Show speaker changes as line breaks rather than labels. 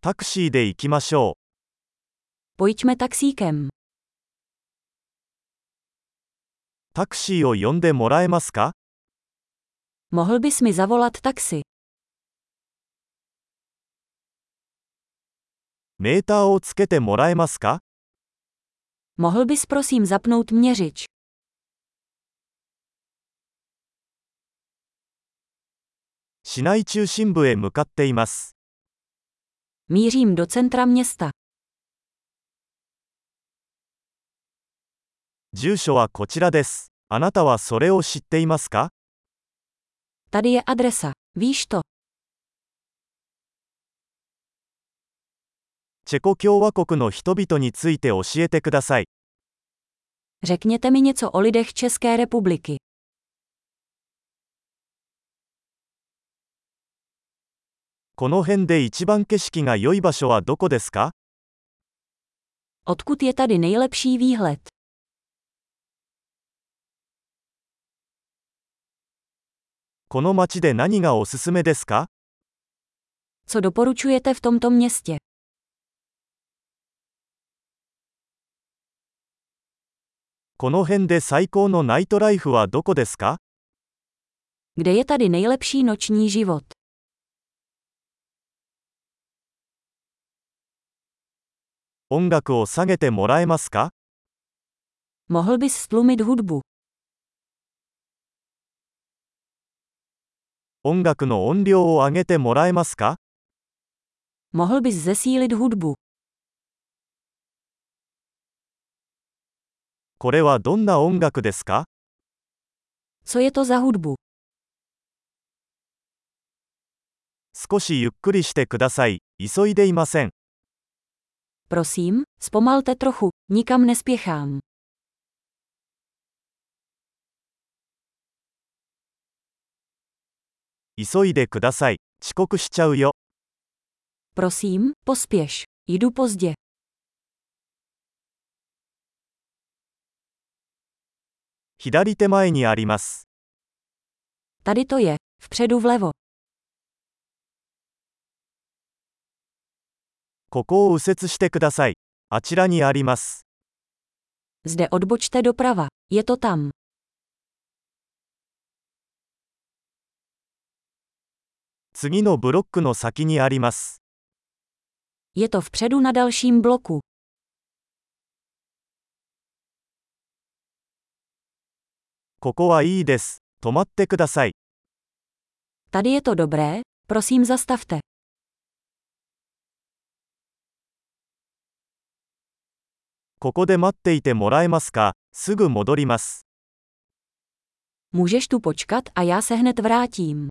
タクシーで行きましょ
Pojďme taxíkem.
う。タクシーを呼んでもらえますか
Mohl bys mi zavolat taxi?
メーターをつけてもらえますか
Mohl bys prosím zapnout měřič?
市内中心部へ向かっています。
Mířím do centra města.
住所はこちらです。あなたはそれを知っていますか
Tady je adresa. Víš to?
チェコ共和国の人々について教えてください。
Řekněte mi něco o lidech České republiky.
この辺で一番景色が良い場所はどこですか
Odkud je tady nejlepší výhled?
この街で何がおすすめですか
Co doporučujete v tomto městě?
この辺で最高のナイトライフはどこですか
Kde je tady nejlepší noční život?
音楽を下げてもらえますか
Mohl bys stlumit hudbu?
音楽の音量を上げてもらえますか
Mohl bys zesílit hudbu?
これはどんな音楽ですか
Co je to za hudbu?
少しゆっくりしてください。急いでいません。
Prosím, zpomalte trochu, nikam nespěchám.
急いでください。遅刻しちゃうよ。
Prosím, pospěš. Jdu pozdě.
左手前にあります。
Tady to je, vpředu vlevo.
ここを右折してください。あちらにあります。
Zde odbočte doprava. Je to tam.
次のブロックの先にあります。
Je to vpředu na dalším bloku.
ここはいいです。止まってください。
Tady je to dobré, prosím zastavte.
ここで待っていてもらえますかすぐ戻ります。
Můžeš tu počkat a já se hned vrátím.